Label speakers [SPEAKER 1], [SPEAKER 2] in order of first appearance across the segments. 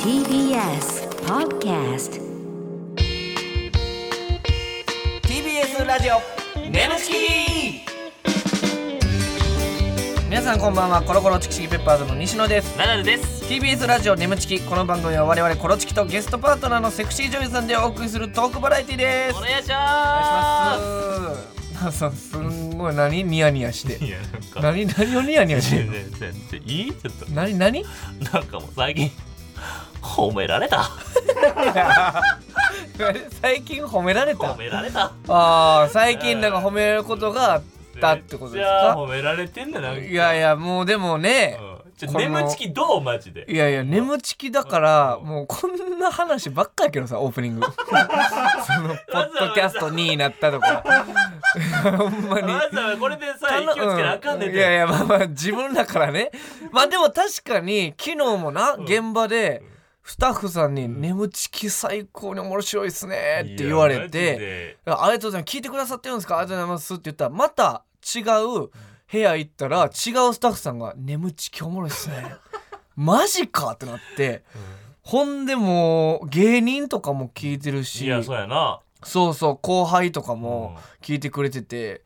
[SPEAKER 1] TBS Podcast
[SPEAKER 2] TBS ラジオネムチキ皆さんこんばんはコロコロチキチキペッパーズの西野です
[SPEAKER 3] ナダルです。
[SPEAKER 2] TBS ラジオネムチキこの番組は我々コロチキとゲストパートナーのセクシー女優さんでお送りするトークバラエティです
[SPEAKER 3] お願いし
[SPEAKER 2] お
[SPEAKER 3] ま
[SPEAKER 2] 願いしますさすんごい何ニヤニヤし
[SPEAKER 3] す。い
[SPEAKER 2] て
[SPEAKER 3] やなんか
[SPEAKER 2] 何何をニヤニヤしてんの
[SPEAKER 3] 全然全然いいちょっと
[SPEAKER 2] 何何
[SPEAKER 3] なんかもう最近褒められた
[SPEAKER 2] 最近褒められた
[SPEAKER 3] 褒められた。
[SPEAKER 2] ああ最近なんか褒めることがあったってことです
[SPEAKER 3] じゃあ
[SPEAKER 2] か
[SPEAKER 3] 褒められてんだなんか。
[SPEAKER 2] いやいやもうでもね、
[SPEAKER 3] うん。ちょ
[SPEAKER 2] この
[SPEAKER 3] 眠ちきどうマジで。
[SPEAKER 2] いやいや眠ちきだから
[SPEAKER 3] うん
[SPEAKER 2] もうこんな話ばっかやけどさオープニ ングそのポッドキャスト2位になったとか ほんまに
[SPEAKER 3] まずはこれでさ気をつけなあかんねん
[SPEAKER 2] うん
[SPEAKER 3] て。
[SPEAKER 2] いやいやまあまあ自分だからねまあでも確かに昨日もな現場でスタッフさんに「眠ちき最高に面白いっすね」って言われ
[SPEAKER 3] いや
[SPEAKER 2] て
[SPEAKER 3] マジ。で
[SPEAKER 2] あありがとうございます聞いてくださってるんですかありがとうございますって言ったらまた違う部屋行ったら違うスタッフさんが「眠ちきおもろいっすね」 マジかってなって、ほんでもう芸人とかも聞いてるし
[SPEAKER 3] いやそうやな。
[SPEAKER 2] そうそう後輩とかも聞いてくれてて、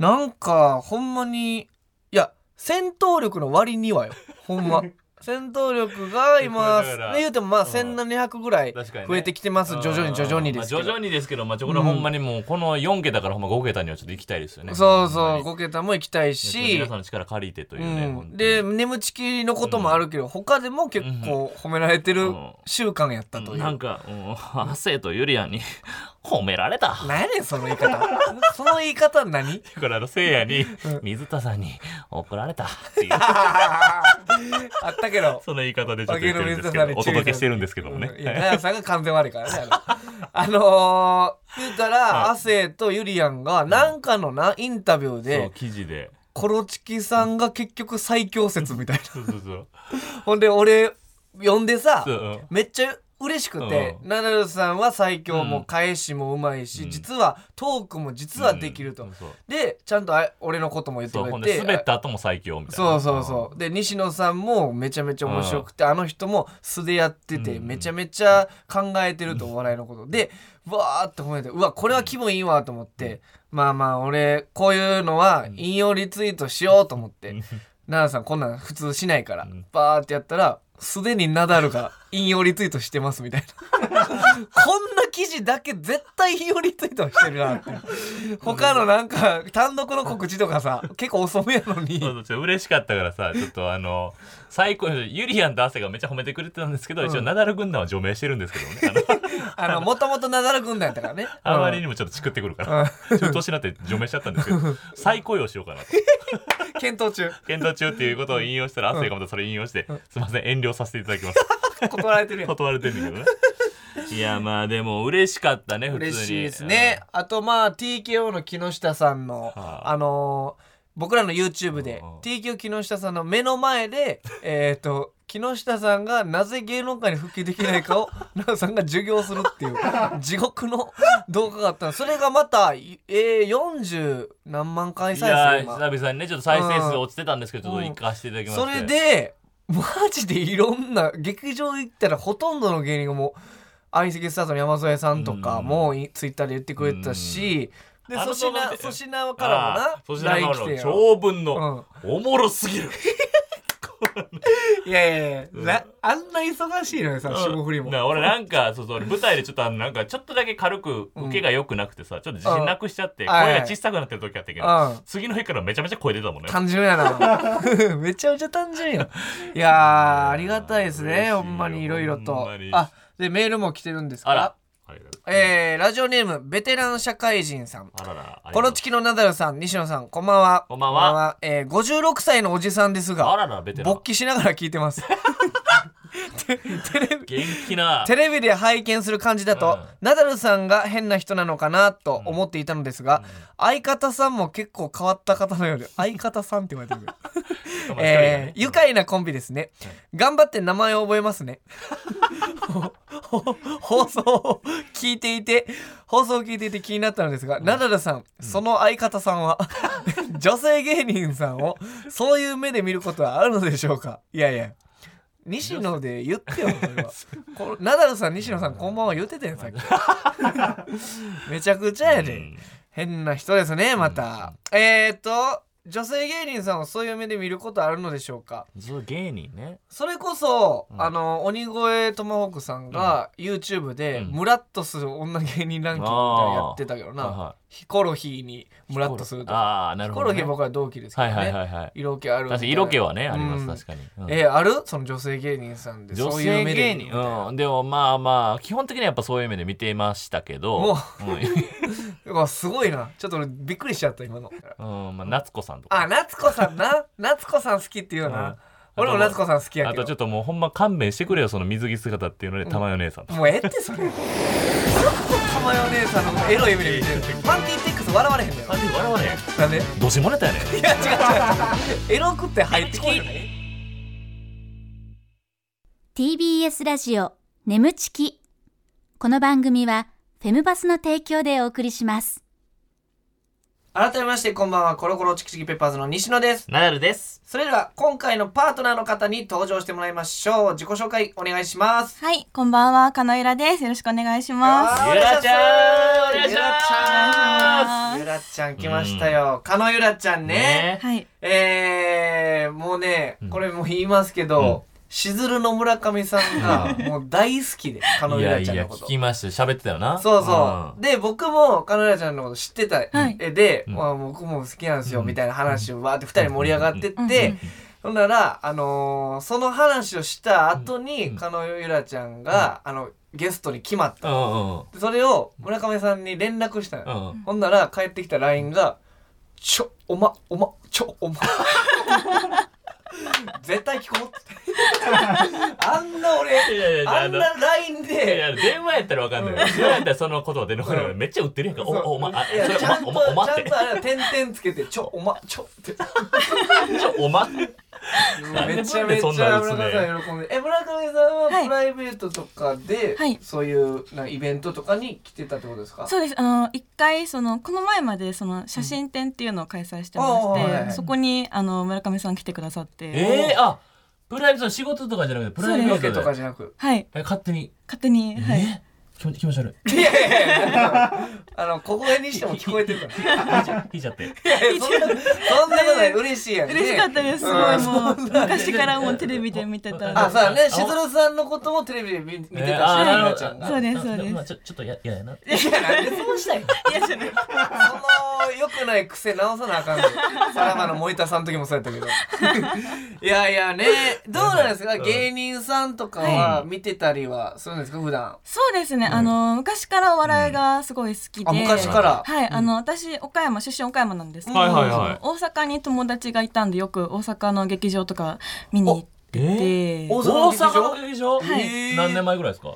[SPEAKER 2] なんかほんまにいや戦闘力の割にはよほん ま戦闘力が今、
[SPEAKER 3] だから
[SPEAKER 2] ね、言うてもまあ
[SPEAKER 3] うん
[SPEAKER 2] 1700ぐらい
[SPEAKER 3] 確かにね
[SPEAKER 2] 増えてきてます、徐々に徐々にですけど、
[SPEAKER 3] まあ徐々にですけど、まあ、ちょこれはほんまにもうこの4桁からほんま5桁にはちょっと行きたいですよね。
[SPEAKER 2] そうそう
[SPEAKER 3] ほんまに
[SPEAKER 2] 5桁も行きたい
[SPEAKER 3] ちょっと
[SPEAKER 2] し
[SPEAKER 3] 皆さんの力借りてという
[SPEAKER 2] う
[SPEAKER 3] ね。本当
[SPEAKER 2] ん、
[SPEAKER 3] に
[SPEAKER 2] で眠ちきのこともあるけど、他でも結構褒められて
[SPEAKER 3] う
[SPEAKER 2] る
[SPEAKER 3] ん
[SPEAKER 2] 習慣やったという、
[SPEAKER 3] なんか、うん、 亜生とユリアンに褒められた。
[SPEAKER 2] なんやねんその言い方 その言い方 何
[SPEAKER 3] だからあのせいやに水田さんに怒られた っていう
[SPEAKER 2] あったけど
[SPEAKER 3] その言い方でちょっと言ってるんですけどお届けしてるんですけどもね、
[SPEAKER 2] うんいや、奈良さんが完全悪いからね。あ の、あのー言うたら、
[SPEAKER 3] はい
[SPEAKER 2] 亜生とゆりやんが、なんかのな、インタビュー
[SPEAKER 3] そう
[SPEAKER 2] で、
[SPEAKER 3] 記事で
[SPEAKER 2] コロチキさんが結局最強説みたい
[SPEAKER 3] そうそうそう
[SPEAKER 2] な。ほんで、俺、呼んでさ
[SPEAKER 3] そう、うん
[SPEAKER 2] めっちゃ嬉しくて、
[SPEAKER 3] う
[SPEAKER 2] ナダルさんは最強、
[SPEAKER 3] うん
[SPEAKER 2] もう返しもうまいし、
[SPEAKER 3] うん
[SPEAKER 2] 実はトークも実はできると。
[SPEAKER 3] うんそう
[SPEAKER 2] で、ちゃんとあ俺のことも言って
[SPEAKER 3] そう
[SPEAKER 2] く
[SPEAKER 3] ほん
[SPEAKER 2] れ
[SPEAKER 3] で
[SPEAKER 2] て。
[SPEAKER 3] 滑った後も最強みたい
[SPEAKER 2] そ
[SPEAKER 3] な
[SPEAKER 2] うそうそうで西野さんもめちゃめちゃ面白くてあの人も素でやってて
[SPEAKER 3] うん
[SPEAKER 2] めちゃめちゃ考えてるとお笑いのことでわーって褒めてうわこれは気分いいわと思ってまあまあ俺こういうのは引用リツイートしようと思って
[SPEAKER 3] ん
[SPEAKER 2] 奈良さんこんなん普通しないから
[SPEAKER 3] ん
[SPEAKER 2] バーってやったらすでにナダルが引用リツイートしてますみたい なこんな記事だけ絶対引用リツイートしてるなって他のなんか単独の告知とかさ結構遅めやのに
[SPEAKER 3] そうそうちょっと嬉しかったからさちょっとあの最高ユリアンと亜生がめっちゃ褒めてくれてたんですけど、一応ナダル軍団は除名してるんですけどねあの
[SPEAKER 2] あの、もともとナダル軍団やったからね。
[SPEAKER 3] あまりにもちょっとチクってくるから、ちょっと年になって除名しちゃったんですけど、再雇用しようかなと。
[SPEAKER 2] うん検 討中。
[SPEAKER 3] 検討中っていうことを引用したら、亜生がまたそれ引用して、すいません、遠慮させていただ きます。
[SPEAKER 2] 断られてるやん。
[SPEAKER 3] 断られてるんだけどね。いや、まあでも嬉しかったね、普通に。
[SPEAKER 2] 嬉しいですね。あと、まあ、TKO の木下さんの、
[SPEAKER 3] は
[SPEAKER 2] あ
[SPEAKER 3] あ
[SPEAKER 2] のー僕らの YouTube で
[SPEAKER 3] うんうん
[SPEAKER 2] TKO 木下さんの目の前で、 えっと、木下さんがなぜ芸能界に復帰できないかを 奈良さんが授業するっていう地獄の動画があったのそれがまた、いえー、40何万回
[SPEAKER 3] うん。い
[SPEAKER 2] 再生
[SPEAKER 3] や、
[SPEAKER 2] 今
[SPEAKER 3] 久々にね、ちょっと再生数落ちてたんですけど、ちょっと行かせていただきまして。
[SPEAKER 2] それでマジでいろんな劇場行ったらほとんどの芸人がもう相席スタートの山添さんとかもいツイッターで言ってくれてたしで
[SPEAKER 3] あの
[SPEAKER 2] 粗品
[SPEAKER 3] 動画見て
[SPEAKER 2] 粗品か
[SPEAKER 3] ああ、
[SPEAKER 2] ら
[SPEAKER 3] そ
[SPEAKER 2] も
[SPEAKER 3] し
[SPEAKER 2] な
[SPEAKER 3] ら
[SPEAKER 2] LINE
[SPEAKER 3] の
[SPEAKER 2] 来てよ
[SPEAKER 3] 長文の、おもろすぎる。
[SPEAKER 2] いやいやいや
[SPEAKER 3] ん
[SPEAKER 2] なあんな忙しいのにさ霜降り
[SPEAKER 3] う
[SPEAKER 2] も
[SPEAKER 3] んだから俺なんかそうそう俺舞台でちょっとあのなんかちょっとだけ軽く受けが良くなくてさ、ちょっと自信なくしちゃって、
[SPEAKER 2] うん
[SPEAKER 3] 声が小さくなってる時あったけど、
[SPEAKER 2] うん
[SPEAKER 3] 次の日からめちゃめちゃ声出たもんね
[SPEAKER 2] 単純や なめちゃめちゃ単純やいやーありがたいです
[SPEAKER 3] 嬉しい
[SPEAKER 2] ね
[SPEAKER 3] よ
[SPEAKER 2] ほんまにいろいろ
[SPEAKER 3] ほ
[SPEAKER 2] と
[SPEAKER 3] んまに
[SPEAKER 2] あでメールも来てるんです
[SPEAKER 3] あ
[SPEAKER 2] から
[SPEAKER 3] ありがとう
[SPEAKER 2] えーラジオネームベテラン社会人さん
[SPEAKER 3] あららありがとう
[SPEAKER 2] コロチキのナダルさん、西野さん、こんばんは。
[SPEAKER 3] こんばんは
[SPEAKER 2] えー、56歳のおじさんです
[SPEAKER 3] あ
[SPEAKER 2] が、
[SPEAKER 3] ららベテラン
[SPEAKER 2] 勃起しながら聞いてます。 てテレビ
[SPEAKER 3] 元 気な
[SPEAKER 2] テレビで拝見する感じだと、
[SPEAKER 3] うん
[SPEAKER 2] ナダルさんが変な人なのかなと思っていたのですが、相方さんも結構変わった方のようで、相方さんって言われてる。
[SPEAKER 3] まあ
[SPEAKER 2] えー愉
[SPEAKER 3] 一人
[SPEAKER 2] 快なコンビですね。頑張って名前を覚えます ね。ほほ放送を聞いていて、放送を聞いていて気になったのですが、ナダルさん、その相方さ んは、女性芸人さんをそういう目で見ることはあるのでしょうかいやいや。西野で言ってよ それはこナダルさん西野さんこんばんは言ってたやんさっき めちゃくちゃやで、
[SPEAKER 3] うん
[SPEAKER 2] 変な人ですねまた、えー、っと女性芸人さんをそういう目で見ることあるのでしょうか
[SPEAKER 3] そう芸人ね
[SPEAKER 2] それこそ、
[SPEAKER 3] うん
[SPEAKER 2] あの鬼越トマホークさんが YouTube で、
[SPEAKER 3] うん
[SPEAKER 2] ムラッとする女芸人ランキングみたいなのやってたけどな、
[SPEAKER 3] あーはいはい
[SPEAKER 2] ヒコロヒーにムラッとするとか
[SPEAKER 3] ああな
[SPEAKER 2] ヒ
[SPEAKER 3] る
[SPEAKER 2] コ
[SPEAKER 3] ほ
[SPEAKER 2] ロ
[SPEAKER 3] ど、
[SPEAKER 2] ヒ
[SPEAKER 3] ね、
[SPEAKER 2] ー僕は同期ですけど
[SPEAKER 3] はい
[SPEAKER 2] ね、
[SPEAKER 3] はいはいはい
[SPEAKER 2] 色気あるみた
[SPEAKER 3] 確
[SPEAKER 2] い
[SPEAKER 3] か
[SPEAKER 2] な
[SPEAKER 3] に色気はねあります
[SPEAKER 2] うん
[SPEAKER 3] 確かに、うん
[SPEAKER 2] えーあるその女性芸人さんで
[SPEAKER 3] 女
[SPEAKER 2] そういう
[SPEAKER 3] 性
[SPEAKER 2] 目で
[SPEAKER 3] 芸
[SPEAKER 2] 見る
[SPEAKER 3] 人うんでもまあまあ基本的にはやっぱそういう目で見ていましたけど
[SPEAKER 2] うわすごいなちょっと俺びっくりしちゃった今の
[SPEAKER 3] うん、うんまあ、夏子さんとか
[SPEAKER 2] あ夏子さん な夏子さん好きっていうよな、
[SPEAKER 3] うん
[SPEAKER 2] 俺も夏子さん好きや
[SPEAKER 3] あ
[SPEAKER 2] けど
[SPEAKER 3] とちょっともうほんま勘弁してくれよその水着姿っていうので玉代姉さんとか、
[SPEAKER 2] もうええってそれ。たまよ姉さんのエロい目で見てる。 パンティーテックス笑われへんのよ。
[SPEAKER 3] あでも笑われへん
[SPEAKER 2] なん で？い
[SPEAKER 3] どしもネタやねん
[SPEAKER 2] や違う違う違う。エロくって入ってこないよね。
[SPEAKER 1] TBS ラジオ眠ちきこの番組はフェムバスの提供でお送りします
[SPEAKER 2] 改めましてこんばんはコロコロチキチキペッパーズの西野です。
[SPEAKER 3] ナダルです
[SPEAKER 2] それでは今回のパートナーの方に登場してもらいましょう。自己紹介お願いします。
[SPEAKER 4] はい、こんばんは、かのいらです。よろしくお願いします。
[SPEAKER 2] あー
[SPEAKER 3] ゆらちゃんお願い
[SPEAKER 2] ゆ
[SPEAKER 3] します
[SPEAKER 2] らちゃん
[SPEAKER 4] お願いします
[SPEAKER 2] ゆらちゃん来ましたよ。かのゆらちゃんね
[SPEAKER 3] ね
[SPEAKER 4] はい、
[SPEAKER 2] えー、もうね、
[SPEAKER 3] うん
[SPEAKER 2] これもう言いますけど、しずるの村上さん がもう大好きで、かの
[SPEAKER 3] い
[SPEAKER 2] ゆ
[SPEAKER 3] や
[SPEAKER 2] ら
[SPEAKER 3] い
[SPEAKER 2] ちゃん
[SPEAKER 3] や
[SPEAKER 2] のこと
[SPEAKER 3] 聞。きました喋ってたよな
[SPEAKER 2] そうそう。で、僕もかのゆらちゃんのこと知ってた
[SPEAKER 4] はい
[SPEAKER 2] 絵で、
[SPEAKER 3] うん
[SPEAKER 2] まあ僕も好きなんですよ、
[SPEAKER 3] うん
[SPEAKER 2] みたいな話をわーって二人盛り上がってっ
[SPEAKER 4] うん
[SPEAKER 2] て、ほんなら、あのーその話をした後に、
[SPEAKER 3] うん
[SPEAKER 2] かのゆらちゃんが、あの、ゲストに決まった。
[SPEAKER 3] うんうんうん
[SPEAKER 2] でそれを村上さんに連絡したのよ。
[SPEAKER 3] うんうん
[SPEAKER 2] ほんなら帰ってきた LINE が「ちょおまおまちょおま」 絶対聞こうって あんな俺
[SPEAKER 3] いやいやいや
[SPEAKER 2] あ
[SPEAKER 3] あ
[SPEAKER 2] ん
[SPEAKER 3] の
[SPEAKER 2] な LINE
[SPEAKER 3] いやい
[SPEAKER 2] で
[SPEAKER 3] や電話やったらわかんないよ。電話やったらそのことでのこれめっちゃ売ってるやんか。お
[SPEAKER 2] そう
[SPEAKER 3] おおまあ
[SPEAKER 2] いや
[SPEAKER 3] それ
[SPEAKER 2] ちゃんと
[SPEAKER 3] おまおまおま
[SPEAKER 2] ちゃ
[SPEAKER 3] って
[SPEAKER 2] んとあれは点々つけて「ちょおまちょ」って
[SPEAKER 3] ちょおま なんで
[SPEAKER 2] めちゃめち
[SPEAKER 3] そんな
[SPEAKER 2] ゃ
[SPEAKER 3] ん打
[SPEAKER 2] 村
[SPEAKER 3] つね
[SPEAKER 2] 上さん喜んでえ村上さんは
[SPEAKER 4] はい
[SPEAKER 2] プライベートとかで、
[SPEAKER 4] はい
[SPEAKER 2] そういうなイベントとかに来てたってことですか
[SPEAKER 4] そうです。あの一回そのこの前までその写真展っていうのを開催してま
[SPEAKER 2] うん
[SPEAKER 4] して、
[SPEAKER 2] あーはい
[SPEAKER 4] そこにあの村上さん来てくださって、
[SPEAKER 3] ええあプライベートの仕事とかじゃなくてプライベ
[SPEAKER 2] ロ
[SPEAKER 3] ー
[SPEAKER 2] ケ
[SPEAKER 3] ト
[SPEAKER 2] と
[SPEAKER 3] で
[SPEAKER 2] かじゃなく
[SPEAKER 4] はい、
[SPEAKER 3] え勝手に
[SPEAKER 4] 勝手に、はい、
[SPEAKER 3] え気持ち気持ち悪い。
[SPEAKER 2] いやいやいやあの小声にしても聞こえてる から
[SPEAKER 3] 引いち ゃって。
[SPEAKER 2] いやいやそんなそんなことない嬉しいやんね
[SPEAKER 4] 嬉しかったです。すご
[SPEAKER 2] う
[SPEAKER 4] い
[SPEAKER 2] ん
[SPEAKER 4] もう昔からもうテレビで見てたんで。
[SPEAKER 2] あ、そうだね。
[SPEAKER 3] あ
[SPEAKER 2] しずるさんのこともテレビで見見てたし、
[SPEAKER 3] えーあーなる
[SPEAKER 2] ゆ
[SPEAKER 3] ほど
[SPEAKER 2] なちゃんが。
[SPEAKER 4] そうですそうです
[SPEAKER 3] まあちょちょっとやややな。
[SPEAKER 2] いや、なんでそうしたいの
[SPEAKER 4] 嫌じゃない。
[SPEAKER 2] その良くない癖直さなあかんの。さらばの森田さんの時もそうやったけど。いやいやね、どうなんですか
[SPEAKER 3] うん
[SPEAKER 2] 芸人さんとかは見てたりはするんですか普段。
[SPEAKER 4] そうですね。あの昔からお笑いがすごい好きで、
[SPEAKER 2] あ、昔から。
[SPEAKER 4] はい、あの私岡山出身岡山なんですけど、
[SPEAKER 2] はいはい
[SPEAKER 3] はい
[SPEAKER 4] 大阪に友達がいたんでよく大阪の劇場とか見に行ってて、
[SPEAKER 2] お
[SPEAKER 3] 大
[SPEAKER 2] 大阪
[SPEAKER 3] 阪
[SPEAKER 2] の
[SPEAKER 3] の劇場
[SPEAKER 4] はい
[SPEAKER 2] えー
[SPEAKER 3] 何年前ぐらいですか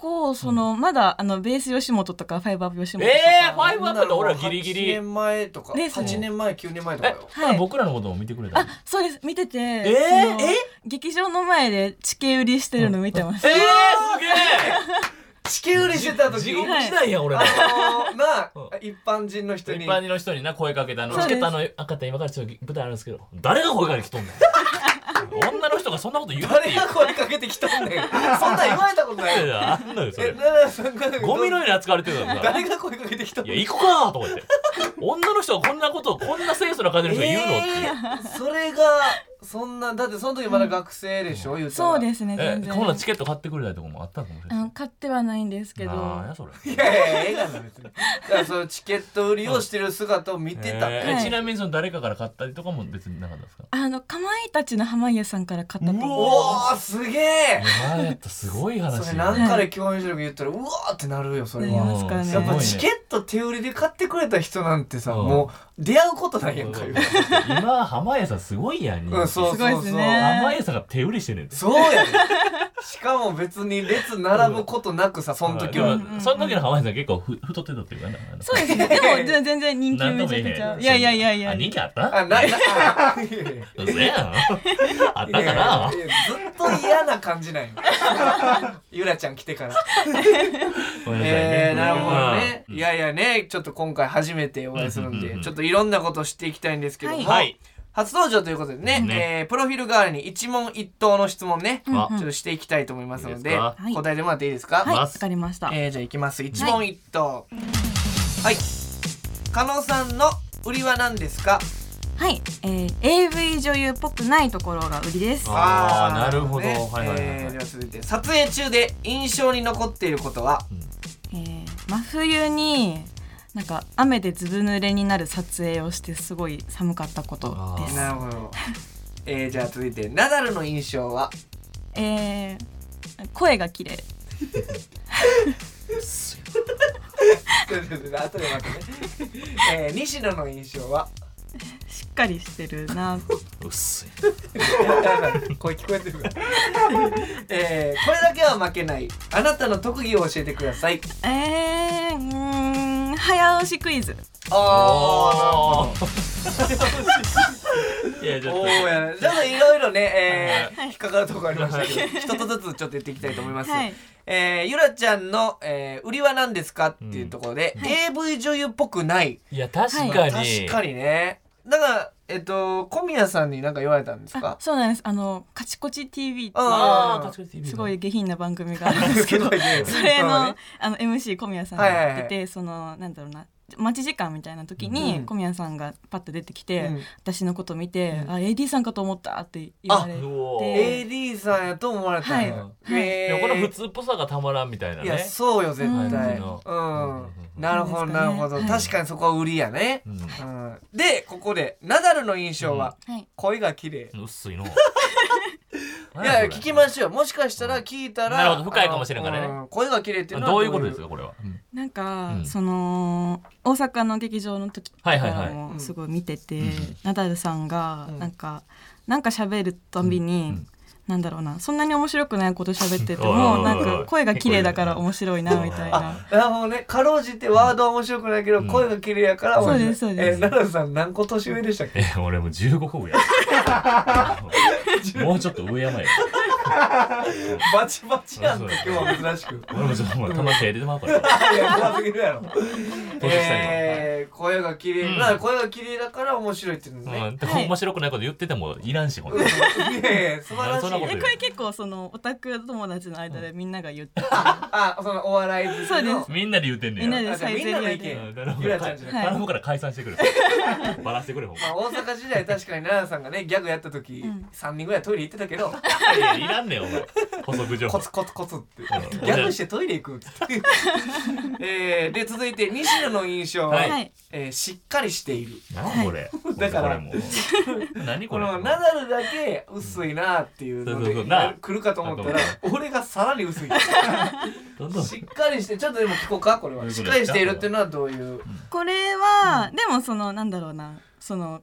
[SPEAKER 4] こうその、まだあのベース吉本とかファイブアップ吉
[SPEAKER 3] え
[SPEAKER 4] 本とか、
[SPEAKER 3] えファイブアップと俺らギリギ
[SPEAKER 2] 8
[SPEAKER 3] リ。
[SPEAKER 2] 年前とか、
[SPEAKER 4] ですね
[SPEAKER 2] 8年前、9年前とか
[SPEAKER 3] え
[SPEAKER 2] よ。、
[SPEAKER 4] はい
[SPEAKER 3] 僕らのことも見てくれたの
[SPEAKER 4] そうです見てて、え
[SPEAKER 3] えーえ
[SPEAKER 4] 劇場の前で地形売りしてるの見てまし
[SPEAKER 3] え
[SPEAKER 4] た、
[SPEAKER 2] 地球売りしてた
[SPEAKER 3] ーすげ
[SPEAKER 2] 時。
[SPEAKER 3] え地獄時代やん俺ら。
[SPEAKER 2] あのー、な
[SPEAKER 3] うん、
[SPEAKER 2] 一般人の人
[SPEAKER 3] 一
[SPEAKER 2] に。
[SPEAKER 3] 般の人にな声かけたあの
[SPEAKER 4] そう
[SPEAKER 3] チ
[SPEAKER 4] で
[SPEAKER 3] ケ
[SPEAKER 4] す
[SPEAKER 3] ットあの赤ちゃん今からちょっと舞台あるんですけど誰が声かけてきとんねん女の人がそんなこと言うって
[SPEAKER 2] 誰
[SPEAKER 3] い
[SPEAKER 2] が声かけてきたんだよ。そんなん言われたことないよ。
[SPEAKER 3] うあんのよ そ
[SPEAKER 2] え、
[SPEAKER 3] れ
[SPEAKER 2] 奈々さんが
[SPEAKER 3] ゴミのように扱われてるからさ
[SPEAKER 2] 誰が声かけてきた
[SPEAKER 3] 「いや行くか!」とか言って女の人がこんなことをこんな清楚な感じの人が言うのっていう、
[SPEAKER 2] えーそれがそんなだってその時まだ学生でしょ、言うたら
[SPEAKER 4] そうですね
[SPEAKER 3] え
[SPEAKER 4] 全然
[SPEAKER 3] こんなチケット買ってくれたりとかもあったのかもしれ
[SPEAKER 4] あ
[SPEAKER 3] な
[SPEAKER 4] の
[SPEAKER 3] い
[SPEAKER 4] 買ってはないんですけど
[SPEAKER 3] なん
[SPEAKER 4] は
[SPEAKER 3] やそれ
[SPEAKER 2] いやいやええがな別にだからそのチケット売りをしてる姿を見てた、
[SPEAKER 3] え
[SPEAKER 4] は
[SPEAKER 3] ー
[SPEAKER 4] い
[SPEAKER 3] ちなみにその誰かから買ったりとかも別になかったですか
[SPEAKER 4] あのかまいたちの濱家さんから買ったと思います
[SPEAKER 2] おおすげえ
[SPEAKER 3] お前やったすごい話
[SPEAKER 2] それなんかで共演者力言ったらうわーってなるよそれ
[SPEAKER 4] なり
[SPEAKER 2] は。
[SPEAKER 4] ますからね
[SPEAKER 2] やっぱチケ
[SPEAKER 3] ッ
[SPEAKER 2] ット手売りで買ってくれた人なんてさ、
[SPEAKER 3] うん
[SPEAKER 2] もう出会うことないやんか、今
[SPEAKER 3] 今濱家さんすごいやん人気
[SPEAKER 2] うん、そうそうそう
[SPEAKER 4] すごいですね
[SPEAKER 3] 濱家さんが手売りしてるんです
[SPEAKER 2] そうやねしかも別に列並ぶことなくさその時
[SPEAKER 3] で
[SPEAKER 2] は
[SPEAKER 3] もその時の濱家さん結構ふ太ってたっていうかなあの
[SPEAKER 4] そうですねでも全然人気
[SPEAKER 3] なんと
[SPEAKER 4] め
[SPEAKER 3] も
[SPEAKER 4] ち
[SPEAKER 3] 言
[SPEAKER 4] ゃ
[SPEAKER 3] えへん
[SPEAKER 4] くちゃいやいやいやい
[SPEAKER 3] あ
[SPEAKER 4] や
[SPEAKER 3] 人気あっ
[SPEAKER 2] あ
[SPEAKER 3] た
[SPEAKER 2] ななあいやいや
[SPEAKER 3] うせやんあった
[SPEAKER 2] いやいや
[SPEAKER 3] かない
[SPEAKER 2] やずっと嫌な感じなんよゆらちゃん来てから
[SPEAKER 3] ごめんなさいね
[SPEAKER 2] えー、なるほどね
[SPEAKER 3] うん
[SPEAKER 2] いやいやねちょっと今回初めてお会いするん
[SPEAKER 3] うんうんうんう
[SPEAKER 2] で
[SPEAKER 3] ん
[SPEAKER 2] ちょっといろんなことしていきたいんですけども、
[SPEAKER 4] はい
[SPEAKER 3] はい
[SPEAKER 2] 初登場ということでね
[SPEAKER 3] ね
[SPEAKER 2] えープロフィール代わりに一問一答の質問ね、
[SPEAKER 4] うん
[SPEAKER 3] あ
[SPEAKER 2] ちょっとしていきたいと思いますので
[SPEAKER 3] いいですか
[SPEAKER 4] はい
[SPEAKER 2] 答えてもらっていいですか、
[SPEAKER 4] はい、
[SPEAKER 3] ま
[SPEAKER 4] わ
[SPEAKER 3] す
[SPEAKER 4] かりました。
[SPEAKER 2] えー、じゃあいきます一問一答はい加納さんの売りは何ですか
[SPEAKER 4] はい、えー、AV 女優っぽくないところが売りです。は
[SPEAKER 3] あー
[SPEAKER 2] ー
[SPEAKER 3] なるほど
[SPEAKER 2] ね
[SPEAKER 3] はいはいはいはい
[SPEAKER 2] えーでは続いて撮影中で印象に残っていることは
[SPEAKER 4] えー、真冬になんか雨でずぶ濡れになる撮影をしてすごい寒かったことで
[SPEAKER 3] あ
[SPEAKER 4] す。
[SPEAKER 2] なるほど えー、じゃあ続いてナダルの印象は
[SPEAKER 4] えー、声が綺麗。
[SPEAKER 2] ちょっと待って後で待ってね、えー、西野の印象は
[SPEAKER 4] しっかりしてるな。
[SPEAKER 3] 薄 い
[SPEAKER 2] 声聞こえてるから、 えー、これだけは負けないあなたの特技を教えてください
[SPEAKER 4] えー、うーん、早押しクイズ。
[SPEAKER 2] あーなるほどおーやな
[SPEAKER 3] いやちょっと
[SPEAKER 2] ちょっといろいろね、えー、引っかかるところありましたけど一つずつちょっとやっていきたいと思います、
[SPEAKER 4] はい。
[SPEAKER 2] えー、ゆらちゃんの、えー、売りは何ですかっていうところで、AV 女優っぽくない
[SPEAKER 3] いや確
[SPEAKER 4] は
[SPEAKER 3] か
[SPEAKER 2] 確
[SPEAKER 3] に
[SPEAKER 2] かにねなんかえっと小宮さんに何か言われたんです
[SPEAKER 4] あ
[SPEAKER 2] か、
[SPEAKER 4] そうなんです。あのカチコチ TV って
[SPEAKER 2] あ
[SPEAKER 3] あー確かに TV だ
[SPEAKER 4] すごい下品な番組があるんですけど
[SPEAKER 2] すごいね、
[SPEAKER 4] それ
[SPEAKER 2] そう
[SPEAKER 4] の
[SPEAKER 2] ね
[SPEAKER 4] あの MC 小宮さんが出
[SPEAKER 2] はいは
[SPEAKER 4] て
[SPEAKER 2] い
[SPEAKER 4] て、そのなんだろうな。待ち時間みたいな時
[SPEAKER 2] うん
[SPEAKER 4] に小宮さんがパッと出てきて、
[SPEAKER 2] うん
[SPEAKER 4] 私のこと見て
[SPEAKER 2] う
[SPEAKER 4] 「
[SPEAKER 2] ん
[SPEAKER 4] あ AD さんかと思った」って言われ
[SPEAKER 3] う
[SPEAKER 4] て
[SPEAKER 3] おー
[SPEAKER 4] で
[SPEAKER 2] AD さんやと思われたんや、
[SPEAKER 3] は
[SPEAKER 4] はい
[SPEAKER 2] え
[SPEAKER 3] でもこの普通っぽさがたまらんみたいないね
[SPEAKER 2] やそうよ絶対
[SPEAKER 3] う
[SPEAKER 2] うんん、
[SPEAKER 3] うん
[SPEAKER 2] なるほどなるほど、
[SPEAKER 4] うん
[SPEAKER 2] 確かにそこは売りやね、
[SPEAKER 3] うん
[SPEAKER 2] うん、でここでナダルの印象は、
[SPEAKER 4] はい
[SPEAKER 2] 声が綺麗、
[SPEAKER 3] 薄 いのい
[SPEAKER 2] いや聞き
[SPEAKER 3] す
[SPEAKER 2] ましょうもしかしたら聞いたら
[SPEAKER 3] なるほど深いかもしれんからね
[SPEAKER 2] あのうん声が綺麗っていうのは
[SPEAKER 3] どういうことですかこれは、うん
[SPEAKER 4] なんか、
[SPEAKER 3] うん
[SPEAKER 4] その大阪の劇場の時か
[SPEAKER 3] はいは
[SPEAKER 4] ら
[SPEAKER 3] い
[SPEAKER 2] うん
[SPEAKER 4] もすごい見てて、
[SPEAKER 3] うん
[SPEAKER 4] ナダルさんが
[SPEAKER 2] うん
[SPEAKER 4] なんか、なんか喋るたびに、
[SPEAKER 3] うん
[SPEAKER 4] なんだろうなそんなに面白くないこと喋ってて
[SPEAKER 3] おいおいおいお
[SPEAKER 4] も
[SPEAKER 3] い
[SPEAKER 4] なんか声が綺麗だから面白いなみたいな。
[SPEAKER 2] なるほどねかろうじてワードは面白くないけど、
[SPEAKER 3] うん
[SPEAKER 2] 声が綺麗やから
[SPEAKER 4] そうですそうです
[SPEAKER 2] えナダルさん何個年上でしたっけ
[SPEAKER 3] え 俺もう15個上や もうちょっと上やまい
[SPEAKER 2] バチバチやんか今日は珍しく
[SPEAKER 3] 俺もちょっともうたまに手入れてま うから
[SPEAKER 2] いや怖すぎるやろ
[SPEAKER 3] 年下にも
[SPEAKER 2] えー、声が綺麗、
[SPEAKER 3] うん
[SPEAKER 2] まあ声が綺麗だから面白いっていうのね、
[SPEAKER 3] うん、で
[SPEAKER 4] はい
[SPEAKER 3] 面白くないこと言っててもいらんし、ほんとに。
[SPEAKER 2] いやいや素晴らし
[SPEAKER 3] そんなこと
[SPEAKER 4] え
[SPEAKER 2] い。
[SPEAKER 4] これ結構そのオタク友達の間でみんなが言って、
[SPEAKER 2] あ、あそのお笑い好きの。
[SPEAKER 4] そうです
[SPEAKER 3] みんなで言ってんね
[SPEAKER 4] みんな
[SPEAKER 3] や。
[SPEAKER 4] でサイゼリ
[SPEAKER 2] あじ
[SPEAKER 4] ア
[SPEAKER 2] ゃあみんなの意
[SPEAKER 4] で
[SPEAKER 2] 見
[SPEAKER 3] うん頼む
[SPEAKER 2] ゆ
[SPEAKER 3] からら
[SPEAKER 2] ちゃんじゃ
[SPEAKER 4] ない
[SPEAKER 3] 頼むから解散し てくれ。バラしてくれ、ほんま
[SPEAKER 2] まあ大阪時代確かに奈良さんがねギャグやった時
[SPEAKER 4] うん
[SPEAKER 2] 三人ぐらいトイレ行ってたけ ど、
[SPEAKER 3] いやいらんねん、お前。補足情
[SPEAKER 2] コ
[SPEAKER 3] 報。
[SPEAKER 2] ツコツコツって
[SPEAKER 3] うん
[SPEAKER 2] ギャグしてトイレ行くっつって。えーで続いて西野の印象は、
[SPEAKER 3] はい
[SPEAKER 4] はい
[SPEAKER 2] えーしっかりしている。
[SPEAKER 3] 何これ。
[SPEAKER 2] だから
[SPEAKER 3] これもう。何
[SPEAKER 2] こ
[SPEAKER 3] これ。
[SPEAKER 2] のナダルだけ薄いなっていうの
[SPEAKER 3] そう
[SPEAKER 2] で
[SPEAKER 3] そうそうな
[SPEAKER 2] 来るかと思ったら
[SPEAKER 3] あ
[SPEAKER 2] 俺がさらに 薄い。
[SPEAKER 3] どんどん。
[SPEAKER 2] しっかりしてちょっとでも聞こうかこれは。
[SPEAKER 3] どういう
[SPEAKER 2] し
[SPEAKER 3] こ
[SPEAKER 2] っ
[SPEAKER 3] とで
[SPEAKER 2] かり
[SPEAKER 3] すか
[SPEAKER 2] しているっていうのはどういう。
[SPEAKER 4] これは、でもそのなんだろうなその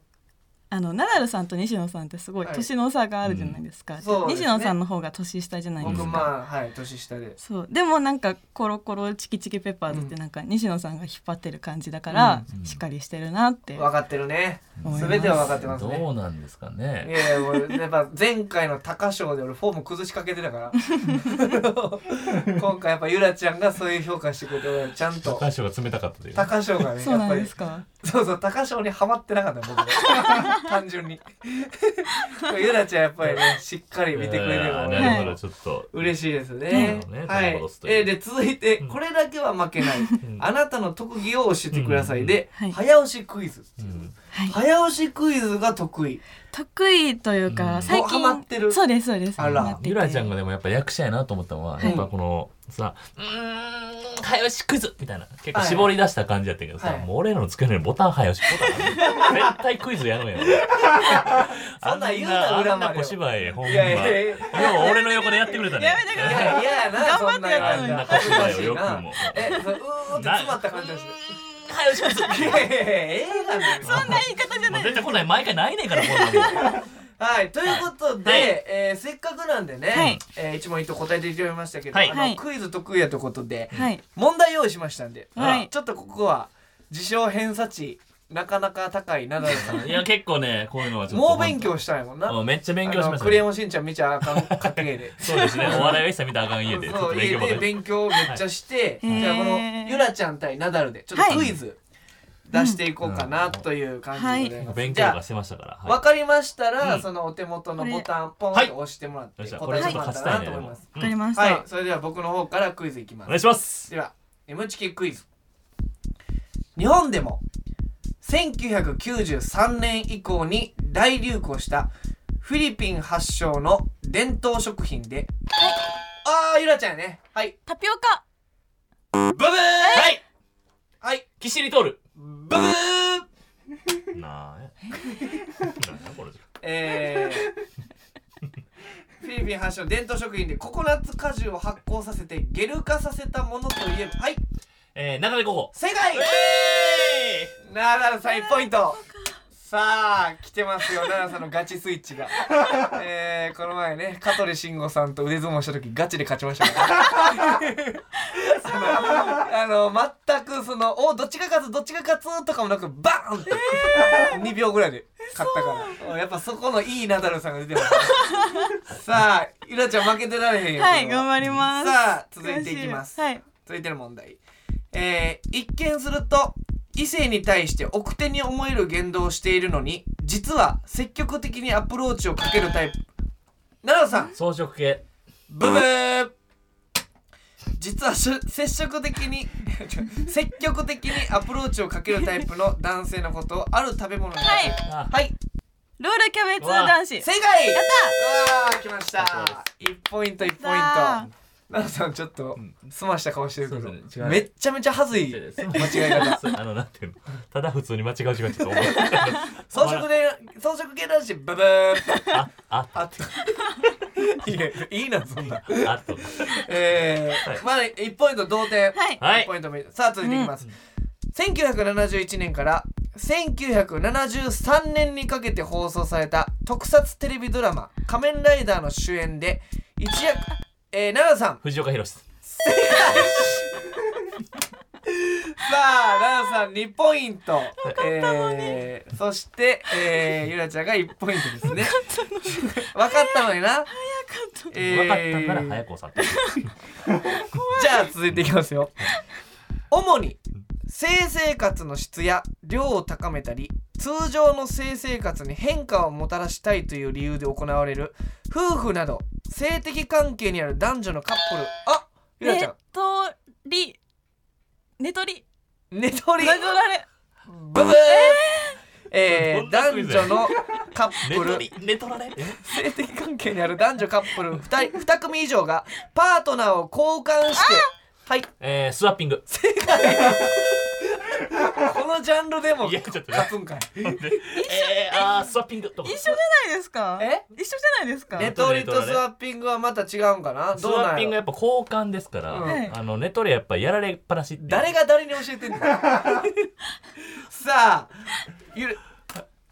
[SPEAKER 4] あのナダルさんと西野さんってすごい
[SPEAKER 2] はい
[SPEAKER 4] 年の差があるじゃないですか、
[SPEAKER 2] うんそうですね
[SPEAKER 4] 西野さんの方が年下じゃないですか。
[SPEAKER 2] 僕まあはい年下で。
[SPEAKER 4] そうでもなんかコロコロチキチキペッパーズってなんか西野さんが引っ張ってる感じだから、
[SPEAKER 3] うん
[SPEAKER 4] しっかりしてるなって
[SPEAKER 2] 分かってるね
[SPEAKER 4] 思います
[SPEAKER 2] 全ては分かってます
[SPEAKER 3] ど
[SPEAKER 2] ね
[SPEAKER 3] うなんですか
[SPEAKER 2] い
[SPEAKER 3] ね。
[SPEAKER 2] やいや俺やっぱ前回の高賞で俺フォーム崩しかけてたから今回やっぱゆらちゃんがそういう評価してくれて俺ちゃんと
[SPEAKER 3] 高橋が冷たかったという。
[SPEAKER 2] 高賞がね
[SPEAKER 4] そ
[SPEAKER 2] や
[SPEAKER 4] う
[SPEAKER 2] っ
[SPEAKER 4] な
[SPEAKER 2] ぱ
[SPEAKER 4] んで
[SPEAKER 2] り
[SPEAKER 4] すか
[SPEAKER 2] そうそう高賞にはまってなかった僕は単純にゆらちゃんやっぱりねしっかり見てくれてる
[SPEAKER 3] あ
[SPEAKER 2] か
[SPEAKER 3] ー
[SPEAKER 2] ら
[SPEAKER 3] な
[SPEAKER 2] ね
[SPEAKER 3] るほど、ちょっと。
[SPEAKER 2] 嬉しいですね
[SPEAKER 3] そうね
[SPEAKER 2] はい
[SPEAKER 3] 取り戻すという
[SPEAKER 2] えーで続いてこれだけは負けない
[SPEAKER 3] ん
[SPEAKER 2] あなたの特技を教えてくださいで
[SPEAKER 4] うんはい
[SPEAKER 2] 早押しクイズ
[SPEAKER 3] うん
[SPEAKER 4] はい
[SPEAKER 2] 早押しクイズが得意
[SPEAKER 4] 得意というか、
[SPEAKER 3] うん
[SPEAKER 4] 最近
[SPEAKER 2] もうハマってる
[SPEAKER 4] そうですそうです
[SPEAKER 2] あら
[SPEAKER 4] ハマってて
[SPEAKER 3] ゆらちゃんがでもやっぱ役者やなと思ったのは、
[SPEAKER 4] い
[SPEAKER 3] やっぱこのさ「うーん早押しクイズ」みたいな結構絞り出した感じやったけどさ、
[SPEAKER 2] はい
[SPEAKER 3] もう俺らの机の上にボタン早押しボタンある絶対クイズやろうやん俺
[SPEAKER 2] そんなん言うな
[SPEAKER 3] あん
[SPEAKER 2] 裏
[SPEAKER 3] な
[SPEAKER 2] まで
[SPEAKER 3] あんな小芝居ほんま
[SPEAKER 2] いやいやい
[SPEAKER 3] よ
[SPEAKER 2] や
[SPEAKER 3] う俺の横でやってくれたね
[SPEAKER 4] やめてくだ
[SPEAKER 2] いやいやな、そんな
[SPEAKER 3] あ
[SPEAKER 4] や
[SPEAKER 3] ん
[SPEAKER 4] め
[SPEAKER 3] な
[SPEAKER 4] て
[SPEAKER 3] 小芝居をよくも
[SPEAKER 2] え、そううーんって詰まった感じだし。
[SPEAKER 3] 早押しクイ
[SPEAKER 2] い
[SPEAKER 3] ズ
[SPEAKER 2] やいやいや映画なんだよ
[SPEAKER 4] そんな言い方じゃ
[SPEAKER 3] も
[SPEAKER 4] な
[SPEAKER 3] う
[SPEAKER 4] い
[SPEAKER 3] 出てこない毎回ないねんからこんなもん
[SPEAKER 2] はい、ということで、
[SPEAKER 3] はい
[SPEAKER 2] えーせっかくなんでね、
[SPEAKER 4] はい
[SPEAKER 2] えー一問一答答えていただきましたけど、
[SPEAKER 3] は
[SPEAKER 2] あ
[SPEAKER 3] い
[SPEAKER 4] は
[SPEAKER 2] の
[SPEAKER 4] い
[SPEAKER 2] クイズ得意やということで、
[SPEAKER 4] はい
[SPEAKER 2] 問題用意しましたんで、
[SPEAKER 4] はい
[SPEAKER 2] ちょっとここは自称偏差値なかなか高いナダルさん
[SPEAKER 3] いや結構ねこういうのはちょっと
[SPEAKER 2] もう勉強したんやもんな。
[SPEAKER 3] うんめっちゃ勉強しま
[SPEAKER 2] あ
[SPEAKER 3] し
[SPEAKER 2] の
[SPEAKER 3] た
[SPEAKER 2] クレ
[SPEAKER 3] ね
[SPEAKER 2] ヨンしんちゃん見ちゃあかん家庭で。
[SPEAKER 3] そうですねお笑いを一切見たらあかん家でちょっ
[SPEAKER 2] そ
[SPEAKER 3] と
[SPEAKER 2] う
[SPEAKER 3] 勉
[SPEAKER 2] 家
[SPEAKER 3] 強ばっか
[SPEAKER 2] で
[SPEAKER 3] り
[SPEAKER 2] 勉強をめっちゃして、
[SPEAKER 4] はい
[SPEAKER 2] じゃあこの
[SPEAKER 4] へー
[SPEAKER 2] ゆらちゃん対ナダルでちょっとクイズ、出していこうかなという感じでございます、
[SPEAKER 3] 勉
[SPEAKER 2] じ
[SPEAKER 3] 強
[SPEAKER 2] ゃ
[SPEAKER 3] がしてましたから。
[SPEAKER 2] あ
[SPEAKER 3] は
[SPEAKER 2] 分かりましたら、
[SPEAKER 3] うん
[SPEAKER 2] そのお手元のボタンポンと
[SPEAKER 3] はい
[SPEAKER 2] 押してもらって
[SPEAKER 3] い。よっしゃ、こ
[SPEAKER 2] 答
[SPEAKER 3] れ
[SPEAKER 2] え
[SPEAKER 3] ちょ
[SPEAKER 2] て
[SPEAKER 3] っと
[SPEAKER 2] もらっ
[SPEAKER 3] 勝ち
[SPEAKER 2] た
[SPEAKER 3] た
[SPEAKER 2] らな
[SPEAKER 3] いね。
[SPEAKER 2] と
[SPEAKER 3] で
[SPEAKER 2] 思い
[SPEAKER 3] も
[SPEAKER 2] ます
[SPEAKER 3] う
[SPEAKER 4] わかり
[SPEAKER 3] ん
[SPEAKER 4] ました、
[SPEAKER 2] はいそれでは僕の方からクイズいきます
[SPEAKER 3] お願いします。
[SPEAKER 2] では M チキクイズ日本でも1993年以降に大流行したフィリピン発祥の伝統食品で、あーゆらちゃんやねはい
[SPEAKER 4] タピオカ
[SPEAKER 2] ブブーはいはい
[SPEAKER 3] キシリトール。
[SPEAKER 2] ブブー
[SPEAKER 3] なあ。なんだこれ。
[SPEAKER 2] えーフィリピン発祥の伝統食品でココナッツ果汁を発酵させてゲル化させたものといえばはい
[SPEAKER 3] えー、中根ここ。
[SPEAKER 2] 正解奈良さん1ポイントさあ来てますよ奈良さんのガチスイッ チがえー、この前ね香取慎吾さんと腕相撲した時ガチで勝ちましたからあのあの全くその「おどっちが勝つどっちが勝つ」とかもなくバーンって、2秒ぐらいで勝ったからやっぱそこのいいナダルさんが出て ます、ね、さあゆらちゃん負けてられへんよ
[SPEAKER 4] はい
[SPEAKER 2] これは
[SPEAKER 4] 頑張ります
[SPEAKER 2] さあ続いていきます
[SPEAKER 4] 悔しいはい
[SPEAKER 2] 続いての問題、えー一見すると異性に対して奥手に思える言動をしているのに実は積極的にアプローチをかけるタイプ奈良さん
[SPEAKER 3] 装飾系。
[SPEAKER 2] ブブー実はし接触的に ちょ積極的にアプローチをかけるタイプの男性のことをある食べ物に
[SPEAKER 4] はい
[SPEAKER 3] あ
[SPEAKER 2] はい
[SPEAKER 4] ロールキャベツ男子
[SPEAKER 2] 正解やったうわー来ました1ポイント1ポイント
[SPEAKER 4] やったー
[SPEAKER 2] 奈良さんちょっと済ました顔してる
[SPEAKER 3] そうです
[SPEAKER 2] け
[SPEAKER 3] ね
[SPEAKER 2] ど
[SPEAKER 3] 違う
[SPEAKER 2] めっちゃめちゃ恥ずい間違い方
[SPEAKER 3] そうあの、なんていうの。ただ普通に間違う違うちょっと思う。
[SPEAKER 2] 装飾で装飾系男子ブブー
[SPEAKER 3] あ、あ、
[SPEAKER 2] あっていやいいなそんな
[SPEAKER 3] あと。
[SPEAKER 2] え
[SPEAKER 3] はい
[SPEAKER 2] ー、まだ1ポイント同点
[SPEAKER 4] はい
[SPEAKER 3] はい
[SPEAKER 2] 1ポイント目さあ続いていきます、1971年から1973年にかけて放送された特撮テレビドラマ「仮面ライダー」の主演で一躍えー、奈良さん
[SPEAKER 3] 藤岡弘。さ
[SPEAKER 2] さあ奈良さん2ポイント、えー、そして、えー、ゆらちゃんが1ポイントですね分かったのにな
[SPEAKER 4] ちょっと
[SPEAKER 2] えー
[SPEAKER 3] 分かったから早くさって。
[SPEAKER 2] じゃあ続いていきますよ主に性生活の質や量を高めたり通常の性生活に変化をもたらしたいという理由で行われる夫婦など性的関係にある男女のカップルあゆらち
[SPEAKER 4] ね
[SPEAKER 2] ゃん
[SPEAKER 4] っとりねとり
[SPEAKER 2] 寝取り
[SPEAKER 4] なぞられ
[SPEAKER 2] ブブーえー、
[SPEAKER 3] どんなクイ
[SPEAKER 2] 男
[SPEAKER 3] ズ
[SPEAKER 2] 女
[SPEAKER 3] や
[SPEAKER 2] のカッ
[SPEAKER 3] 寝
[SPEAKER 2] プル
[SPEAKER 3] 取り、寝取られ。
[SPEAKER 2] 性的関係にある男女カップル 2, 人2組以上がパートナーを交換してはい
[SPEAKER 3] えー、スワッピング。
[SPEAKER 2] 正解このジャンルでも
[SPEAKER 3] いや、ちょっと待っ
[SPEAKER 2] 勝つんかい
[SPEAKER 3] て。えー、あー、スワッピングとか
[SPEAKER 4] 一。緒じゃないですか
[SPEAKER 2] え
[SPEAKER 4] 一緒じゃないですか
[SPEAKER 2] ネ
[SPEAKER 3] ね
[SPEAKER 2] トリとスワッピングはまた違うんかな
[SPEAKER 3] ス
[SPEAKER 2] どう
[SPEAKER 3] ワ
[SPEAKER 2] な
[SPEAKER 3] ッピン
[SPEAKER 2] ん
[SPEAKER 3] グ
[SPEAKER 2] や
[SPEAKER 3] や
[SPEAKER 2] ろ
[SPEAKER 3] っぱ交換ですから、
[SPEAKER 4] うん
[SPEAKER 3] あの寝取りやっぱやられっぱなしっていう
[SPEAKER 2] 誰が誰に教えてん のさあゆる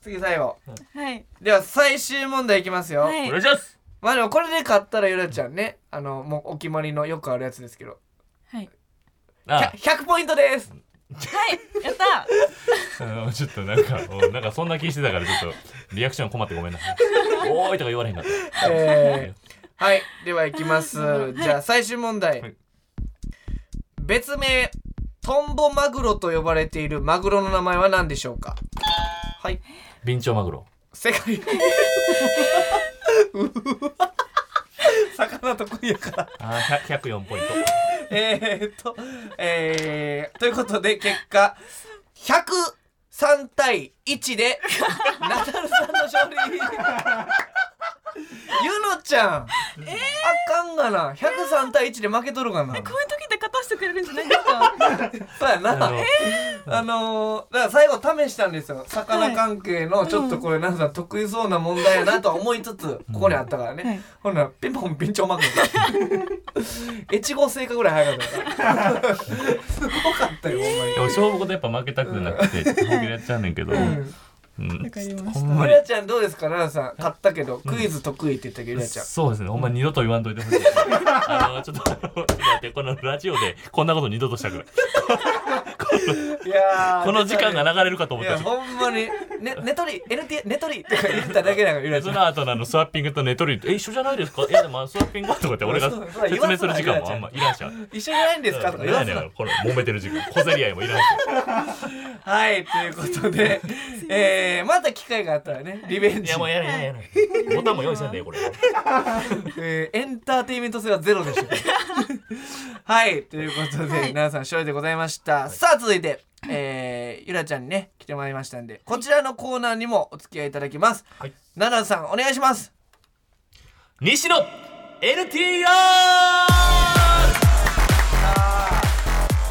[SPEAKER 2] 次最後
[SPEAKER 4] はい
[SPEAKER 2] では最終問題いきますよ、
[SPEAKER 4] はい
[SPEAKER 3] お願いします
[SPEAKER 2] まあでもこれで勝ったらゆらちゃんねあのもうお決まりのよくあるやつですけど
[SPEAKER 4] はい
[SPEAKER 3] あ
[SPEAKER 2] 100 100ポイントです
[SPEAKER 4] はいやった
[SPEAKER 3] あちょっとなんかおなんかそんな気してたからちょっとリアクション困ってごめんな「おーい」とか言われへんかった、
[SPEAKER 2] えはいではいきます
[SPEAKER 4] はい
[SPEAKER 2] じゃあ最終問題、
[SPEAKER 3] はい
[SPEAKER 2] 別名トンボマグロと呼ばれているマグロの名前は何でしょうかはい
[SPEAKER 3] ビンチョウマグロ
[SPEAKER 2] 世 界 魚得意やから
[SPEAKER 3] あー100 104ポイント
[SPEAKER 2] えーっとえー、ということで結果103対1でナダルさんの勝利ゆのちゃん、あかんがな103対1で負けとるがな
[SPEAKER 4] こういう時って勝たしてくれるんじゃないですか
[SPEAKER 2] そうや
[SPEAKER 3] あ
[SPEAKER 2] な
[SPEAKER 3] の、
[SPEAKER 2] あのー、だから最後試したんですよ魚関係のちょっとこれなんか得意そうな問題やなとは思いつつここにあったからね、
[SPEAKER 4] はい
[SPEAKER 2] ほんならピンポンピンチョンマグロ越後製かぐらい早かったからすごかったよほんまに
[SPEAKER 3] でも勝負事やっぱ負けたくなくて本気でやっちゃうねんけど、
[SPEAKER 2] うん
[SPEAKER 3] うん
[SPEAKER 4] わかりまし
[SPEAKER 3] ほ
[SPEAKER 4] た
[SPEAKER 3] んま
[SPEAKER 2] ゆ
[SPEAKER 3] に
[SPEAKER 2] らちゃんどうですか奈々さん買ったけどクイズ得意って言ったけどゆらちゃん
[SPEAKER 3] そうですねほんまに二度と言わんといてほしいあのちょっとあのちょっと待ってこのラジオでこんなこと二度としたくない
[SPEAKER 2] いやー
[SPEAKER 3] この時間が流れるかと思
[SPEAKER 2] い
[SPEAKER 3] った
[SPEAKER 2] や
[SPEAKER 3] し
[SPEAKER 2] ほんまに「ね寝取り NT 寝取り」とか言っただけだからゆらち
[SPEAKER 3] そ
[SPEAKER 2] ゃん
[SPEAKER 3] の後のあのスワッピングとネトリえ一緒じゃないですかいやでもあのスワッピングはとかって俺が
[SPEAKER 2] そうそう
[SPEAKER 3] 説明する時間もあんまいらっしゃう
[SPEAKER 2] 一緒じゃないんですかとか
[SPEAKER 3] 何
[SPEAKER 2] 言わ
[SPEAKER 3] や
[SPEAKER 2] せ
[SPEAKER 3] ね
[SPEAKER 2] なん
[SPEAKER 3] この揉めてる時間小競り合いもいらんし
[SPEAKER 2] はいということ で、えー、また機会があったらねリベン
[SPEAKER 3] い
[SPEAKER 2] ジ
[SPEAKER 3] やもうやらないやら ないボタンも用意したんだよこれ
[SPEAKER 2] えーエンターテインメント性はゼロでしたけど はいということで、皆さん勝利でございました、さあ続いて、えー、ゆらちゃんにね来てもらいましたんでこちらのコーナーにもお付き合いいただきます、
[SPEAKER 3] はい
[SPEAKER 2] 奈々さんお願いします
[SPEAKER 3] 西野
[SPEAKER 2] さあ
[SPEAKER 3] NTR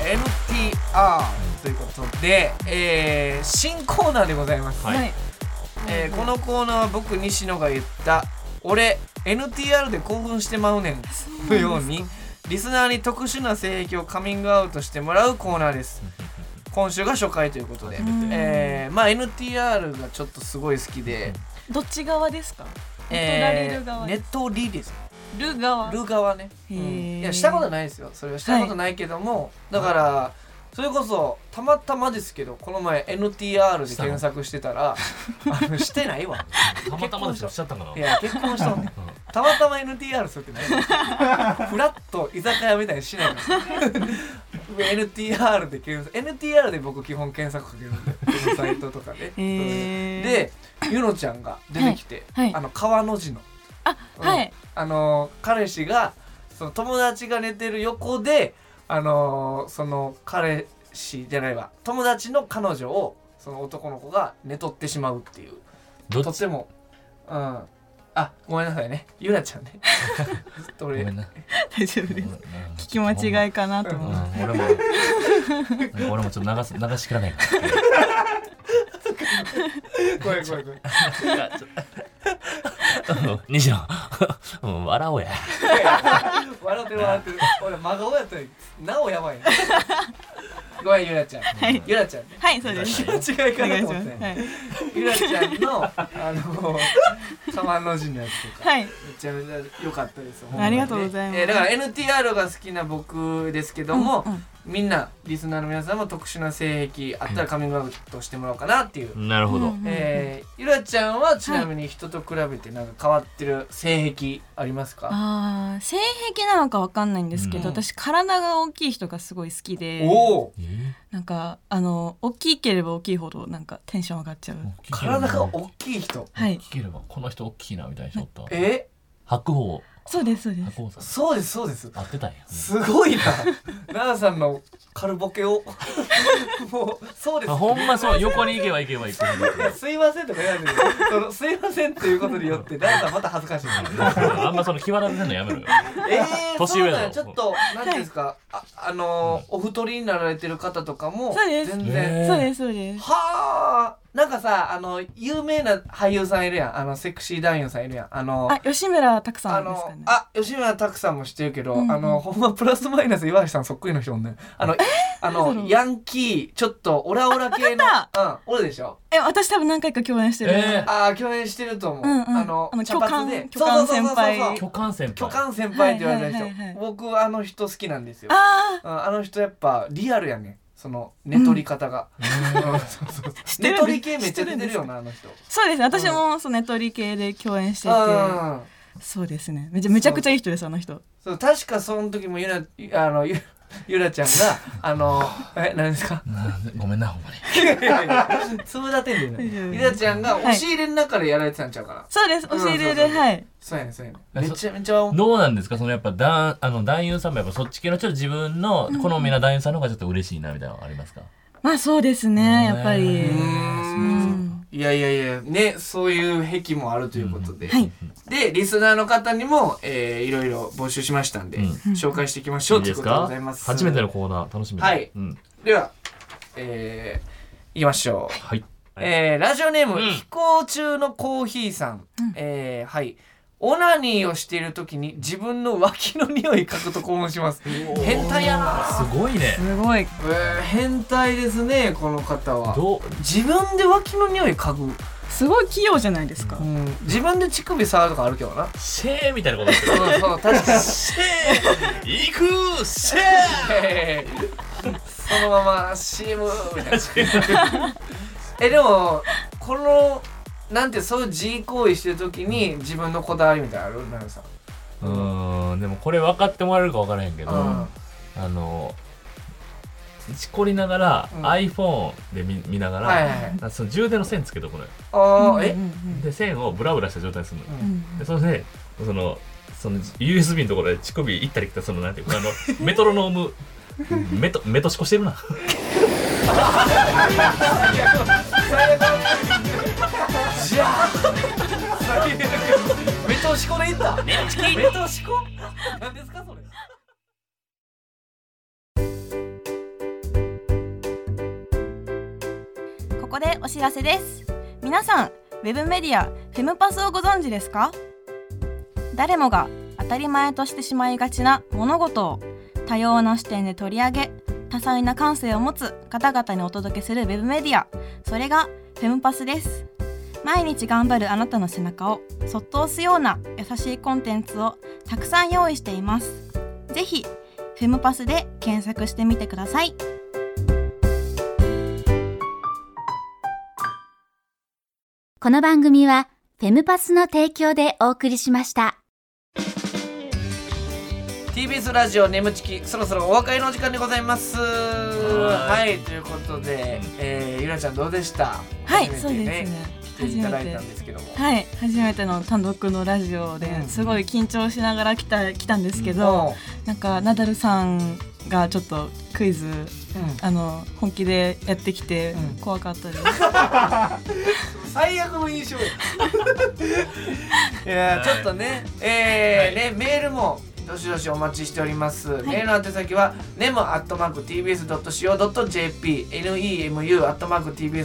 [SPEAKER 2] NTR ということで、えー新コーナーでございます、
[SPEAKER 3] はい
[SPEAKER 4] はい
[SPEAKER 2] えーこのコーナーは僕西野が言った「俺 NTR で興奮してまうねん」のようにリスナーに特殊な性癖をカミングアウトしてもらうコーナーです今週が初回ということで、
[SPEAKER 4] ん
[SPEAKER 2] えーまあ NTR がちょっとすごい好きで、
[SPEAKER 4] どっち側ですか
[SPEAKER 2] え
[SPEAKER 4] ネトラリル側
[SPEAKER 2] ネットリです
[SPEAKER 4] ル側
[SPEAKER 2] ル側ね、
[SPEAKER 4] へ
[SPEAKER 2] うん
[SPEAKER 4] ー
[SPEAKER 2] いやしたことないですよそれはしたことないけども、だからそれこそたまたまですけどこの前 NTR で検索してたらあのしてないわ
[SPEAKER 3] たまたまですよしちゃったんかない
[SPEAKER 2] や結婚したもんね
[SPEAKER 3] うん
[SPEAKER 2] たまたま NTR するってないフラッと居酒屋みたいにしないから NTR で検索 NTR で僕基本検索かけるんでこのサイトとかで、
[SPEAKER 4] へー
[SPEAKER 2] でゆのちゃんが出てきて、
[SPEAKER 4] はいはい
[SPEAKER 2] あの川の字の
[SPEAKER 4] あはい
[SPEAKER 2] あの彼氏がその友達が寝てる横であのその彼氏じゃないわ友達の彼女をその男の子が寝取ってしまうっていう
[SPEAKER 3] どっ
[SPEAKER 2] と
[SPEAKER 3] ち
[SPEAKER 2] てもうんあごめんなさいねゆらちゃ んねずっと
[SPEAKER 3] ご
[SPEAKER 2] 俺
[SPEAKER 3] めんな
[SPEAKER 4] 大丈夫です聞き間違いかなと
[SPEAKER 3] う
[SPEAKER 4] 思
[SPEAKER 3] ん
[SPEAKER 4] う
[SPEAKER 3] 俺も俺もちょっと流す流しきらないか
[SPEAKER 2] ごめんごめんごめん い
[SPEAKER 3] ら 西野うん笑おうや
[SPEAKER 2] やいや笑ってる笑ってる俺真顔やったらなおやばいなごめんゆらちゃん、
[SPEAKER 4] い
[SPEAKER 2] ゆらちゃんね
[SPEAKER 4] はいそうです
[SPEAKER 2] 間違い
[SPEAKER 4] お
[SPEAKER 2] かな
[SPEAKER 4] 願い
[SPEAKER 2] と思
[SPEAKER 4] し
[SPEAKER 2] っ
[SPEAKER 4] ます
[SPEAKER 2] て、
[SPEAKER 4] はい
[SPEAKER 2] ゆらちゃんのあの釜の字のやつとか、
[SPEAKER 4] はい
[SPEAKER 2] めちゃめちゃ良かったです
[SPEAKER 4] ありがとうございます
[SPEAKER 2] えーだから NTR が好きな僕ですけども、みんなリスナーの皆さんも特殊な性癖あったらカミングアウトしてもらおうかなっていう、
[SPEAKER 3] なるほど
[SPEAKER 4] うん
[SPEAKER 2] えーゆらちゃんはちなみに人と比べてなんか変わってる性癖ありますか、
[SPEAKER 4] あー性癖なのかわかんないんですけど、
[SPEAKER 2] うん
[SPEAKER 4] 私体が大きい人がすごい好きで
[SPEAKER 2] おお
[SPEAKER 3] え
[SPEAKER 4] なんかあの大きければ大きいほどなんかテンション上がっちゃう、
[SPEAKER 3] ー
[SPEAKER 2] 体が大きい人
[SPEAKER 4] はい
[SPEAKER 3] 聞ければこの人大きいなみたいな人おった
[SPEAKER 2] え
[SPEAKER 3] 白鵬
[SPEAKER 4] そうですそうで
[SPEAKER 3] 白鵬さん
[SPEAKER 2] そうですそうです
[SPEAKER 3] 合ってたんや
[SPEAKER 2] すご いな奈々さんのカルボケを もうそうです
[SPEAKER 3] あほんまそう横に行けば行けば行くほど
[SPEAKER 2] いやすいませんとか言われてるそのすいませんっていうことによって奈々さんまた恥ずかしい
[SPEAKER 3] あんまその際立てんのやめろよ。
[SPEAKER 2] ええー、
[SPEAKER 3] 年
[SPEAKER 2] そう
[SPEAKER 3] 上
[SPEAKER 2] なんや
[SPEAKER 3] の
[SPEAKER 2] ちょっと何ていうんですかああのーお太りになられてる方とかも
[SPEAKER 4] そうです
[SPEAKER 2] 全
[SPEAKER 3] へ
[SPEAKER 2] 然
[SPEAKER 3] ー
[SPEAKER 4] すそうですそうです
[SPEAKER 2] はあなんかさあの有名な俳優さんいるやんあのセクシー男優さんいるやんあの
[SPEAKER 4] あ吉村拓
[SPEAKER 2] あ
[SPEAKER 4] さんです
[SPEAKER 2] の
[SPEAKER 4] かね
[SPEAKER 2] あ吉村拓さんも知ってるけど、
[SPEAKER 4] うんうん
[SPEAKER 2] あのほんまプラスマイナス岩橋さんそっくりの人おんねんあのあ
[SPEAKER 4] 誰だろ
[SPEAKER 2] の
[SPEAKER 4] う
[SPEAKER 2] ヤンキーちょっとオラオラ系の
[SPEAKER 4] わ
[SPEAKER 2] うん俺でしょ
[SPEAKER 4] え私多分何回か共演してる、
[SPEAKER 3] え
[SPEAKER 2] ああ共演してると思う、
[SPEAKER 4] うんうん
[SPEAKER 2] あの
[SPEAKER 4] あの
[SPEAKER 2] 茶髪で
[SPEAKER 4] 巨漢
[SPEAKER 2] そうそうそうそうそう
[SPEAKER 4] 巨漢先輩
[SPEAKER 3] 巨漢先輩。
[SPEAKER 2] 巨漢先輩って言われた人、
[SPEAKER 4] はいはいはいはい
[SPEAKER 2] 僕あの人好きなんですよ
[SPEAKER 4] あ
[SPEAKER 2] うんあの人やっぱリアルやねんその寝取り方が、うん そうそうそう
[SPEAKER 4] てる
[SPEAKER 2] 寝取り系めっちゃ出てるよなあの人
[SPEAKER 4] ーそうですね私もそうネトリ系で共演していて
[SPEAKER 2] うん
[SPEAKER 4] そうですねめちゃめちゃくちゃいい人ですあの人
[SPEAKER 2] そう確かその時もゆらあの ゆゆらちゃんがあのえ何ですか
[SPEAKER 3] うんごめんなほんまに。
[SPEAKER 2] いやいやいやつぶだてんで
[SPEAKER 4] いやいやい
[SPEAKER 2] ね
[SPEAKER 4] や
[SPEAKER 2] ゆらちゃんが
[SPEAKER 4] い
[SPEAKER 2] 押し入れの中でやられてたんちゃうかな、
[SPEAKER 4] そうです
[SPEAKER 2] うん
[SPEAKER 4] 教え
[SPEAKER 2] そう
[SPEAKER 4] て
[SPEAKER 2] そう
[SPEAKER 4] で
[SPEAKER 2] そう
[SPEAKER 4] はい
[SPEAKER 2] そうやねんそうやねん
[SPEAKER 3] え
[SPEAKER 2] めちゃめちゃ
[SPEAKER 3] どうなんですかそのやっぱだあの男優さんもやっぱそっち系のちょっと自分の好みな男優さんの方がちょっと嬉しいなみたいなのありますか。
[SPEAKER 4] まあそうですねやっぱり
[SPEAKER 3] う
[SPEAKER 2] う
[SPEAKER 4] うんん
[SPEAKER 2] いやいやいやねそういう癖もあるということで、
[SPEAKER 4] はい
[SPEAKER 2] でリスナーの方にも、えーいろいろ募集しましたんで、
[SPEAKER 3] うん
[SPEAKER 2] 紹介していきまし
[SPEAKER 3] い
[SPEAKER 2] ょ
[SPEAKER 3] いう
[SPEAKER 2] とい
[SPEAKER 3] で
[SPEAKER 2] う
[SPEAKER 3] す
[SPEAKER 2] ことでご
[SPEAKER 3] か
[SPEAKER 2] ざいます。
[SPEAKER 3] 初めてのコーナー楽しみだ
[SPEAKER 2] はい
[SPEAKER 3] うん
[SPEAKER 2] では、えー、いきましょう。
[SPEAKER 3] はい。
[SPEAKER 2] えー、ラジオネーム、
[SPEAKER 3] うん
[SPEAKER 2] 飛行中のコーヒーさん、えーはいオナニーをしている時に自分の脇の匂い嗅ぐと興奮します変態やな
[SPEAKER 3] すごいね
[SPEAKER 4] すごい
[SPEAKER 2] えー変態ですねこの方は
[SPEAKER 3] どう
[SPEAKER 2] 自分で脇の匂い嗅ぐ、
[SPEAKER 4] すごい器用じゃないですか、
[SPEAKER 2] うん、自分で乳首触るとかあるけどな
[SPEAKER 3] シェーみたいなことですよ
[SPEAKER 2] そうそう確かに
[SPEAKER 3] シェー行くーシェー
[SPEAKER 2] えーそのまま CM みたいなえでもこのなんてそういう自行為してる時に自分のこだわりみたいなのあるなるさん
[SPEAKER 3] うーんでもこれ分かってもらえるか分からへんけど、
[SPEAKER 2] うん
[SPEAKER 3] あのしこりながら、
[SPEAKER 2] うん
[SPEAKER 3] iPhone で見見ながら、
[SPEAKER 2] はいはいはい
[SPEAKER 3] あその充電の線つけとくのよ
[SPEAKER 2] ああ
[SPEAKER 4] う
[SPEAKER 2] え
[SPEAKER 4] んうん
[SPEAKER 3] で線をブラブラした状態にするのよ、
[SPEAKER 4] うんうん
[SPEAKER 3] でそれでそのその USB のところで乳首行ったり来たそのなんていう かあのメトロノームメトメトシコしてるな
[SPEAKER 2] じゃあ最悪メトシコでいったメトシコ何ですかそれ
[SPEAKER 4] ここでお知らせです皆さんウェブメディアフェムパスをご存知ですか誰もが当たり前としてしまいがちな物事を多様な視点で取り上げ多彩な感性を持つ方々にお届けするウェブメディアそれがフェムパスです毎日頑張るあなたの背中をそっと押すような優しいコンテンツをたくさん用意していますぜひフェムパスで検索してみてください
[SPEAKER 1] この番組はフェムパスの提供でお送りしました。
[SPEAKER 2] TBS ラジオ眠ちきそろそろお別れの時間でございますは
[SPEAKER 3] はい
[SPEAKER 2] ということで、えー、ゆらちゃんどうでした
[SPEAKER 4] はい、
[SPEAKER 2] 初
[SPEAKER 4] そう
[SPEAKER 2] めて
[SPEAKER 4] ですね
[SPEAKER 2] 来ていただいたんですけども
[SPEAKER 4] はい初めての単独のラジオで
[SPEAKER 2] うん
[SPEAKER 4] すごい緊張しながら来た来たんですけど、
[SPEAKER 2] も
[SPEAKER 4] なんかナダルさんがちょっとクイズ
[SPEAKER 2] う、う
[SPEAKER 4] あの本気でやってきて
[SPEAKER 2] うん
[SPEAKER 4] 怖かったで す、
[SPEAKER 2] ん、最悪の印象やいやーちょっとねえーねメールもどしどしお待ちしております、メールの宛先は nemu.tbs.co.jp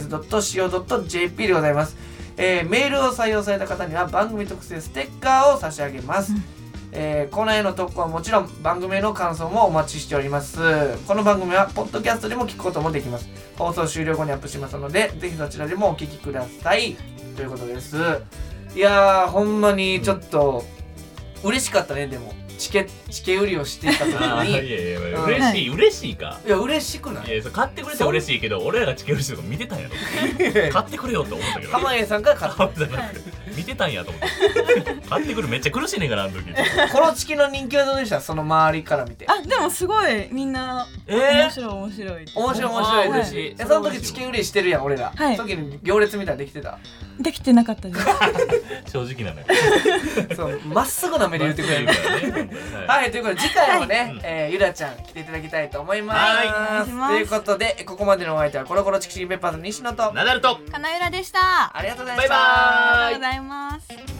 [SPEAKER 2] nemu.tbs.co.jp でございます、えーメールを採用された方には番組特製ステッカーを差し上げます、えーコーナーへの投稿はもちろん番組への感想もお待ちしておりますこの番組はポッドキャストでも聞くこともできます放送終了後にアップしますのでぜひそちらでもお聞きくださいということですいやーほんまにちょっと嬉しかったねでもチケチケ売りをしていた時
[SPEAKER 3] あー いや
[SPEAKER 2] に
[SPEAKER 3] いやい
[SPEAKER 2] うん
[SPEAKER 3] や嬉しい嬉しいか
[SPEAKER 2] いや嬉しくないい
[SPEAKER 3] やそう買ってくれて嬉しいけど俺らがチケルシとか見てた んやろ買ってくれよって思ったけど
[SPEAKER 2] 濱家さんから 買った
[SPEAKER 3] 浜田さんなんて見てたんやと思って買ってくるめっちゃ苦しいねんからあの時
[SPEAKER 2] このチキの人気はどうでしたその周りから見て
[SPEAKER 4] あでもすごいみんな
[SPEAKER 3] え
[SPEAKER 4] 面
[SPEAKER 3] ー
[SPEAKER 4] 白い面白いって
[SPEAKER 2] 面白い面白い
[SPEAKER 4] はい
[SPEAKER 2] 嬉しいえその時チケ売りしてるやん俺ら、
[SPEAKER 4] はい
[SPEAKER 2] 時に行列みたいなのできて た
[SPEAKER 4] できて なかったです
[SPEAKER 3] 正直なのよ
[SPEAKER 2] そうまっすぐな目で言ってくれる
[SPEAKER 3] からねはい
[SPEAKER 2] はい、ということで次回もね、
[SPEAKER 3] い
[SPEAKER 2] えーゆらちゃん来ていただきたいと思います。
[SPEAKER 3] はい
[SPEAKER 4] お願いします
[SPEAKER 2] ということでここまでのお相手はコロコロチキチキペッパーズ西野と
[SPEAKER 3] ナダルと
[SPEAKER 4] 金浦でしたあ
[SPEAKER 2] ありがとうございま
[SPEAKER 3] バイ
[SPEAKER 2] した。
[SPEAKER 3] バーイ
[SPEAKER 4] りがとうございます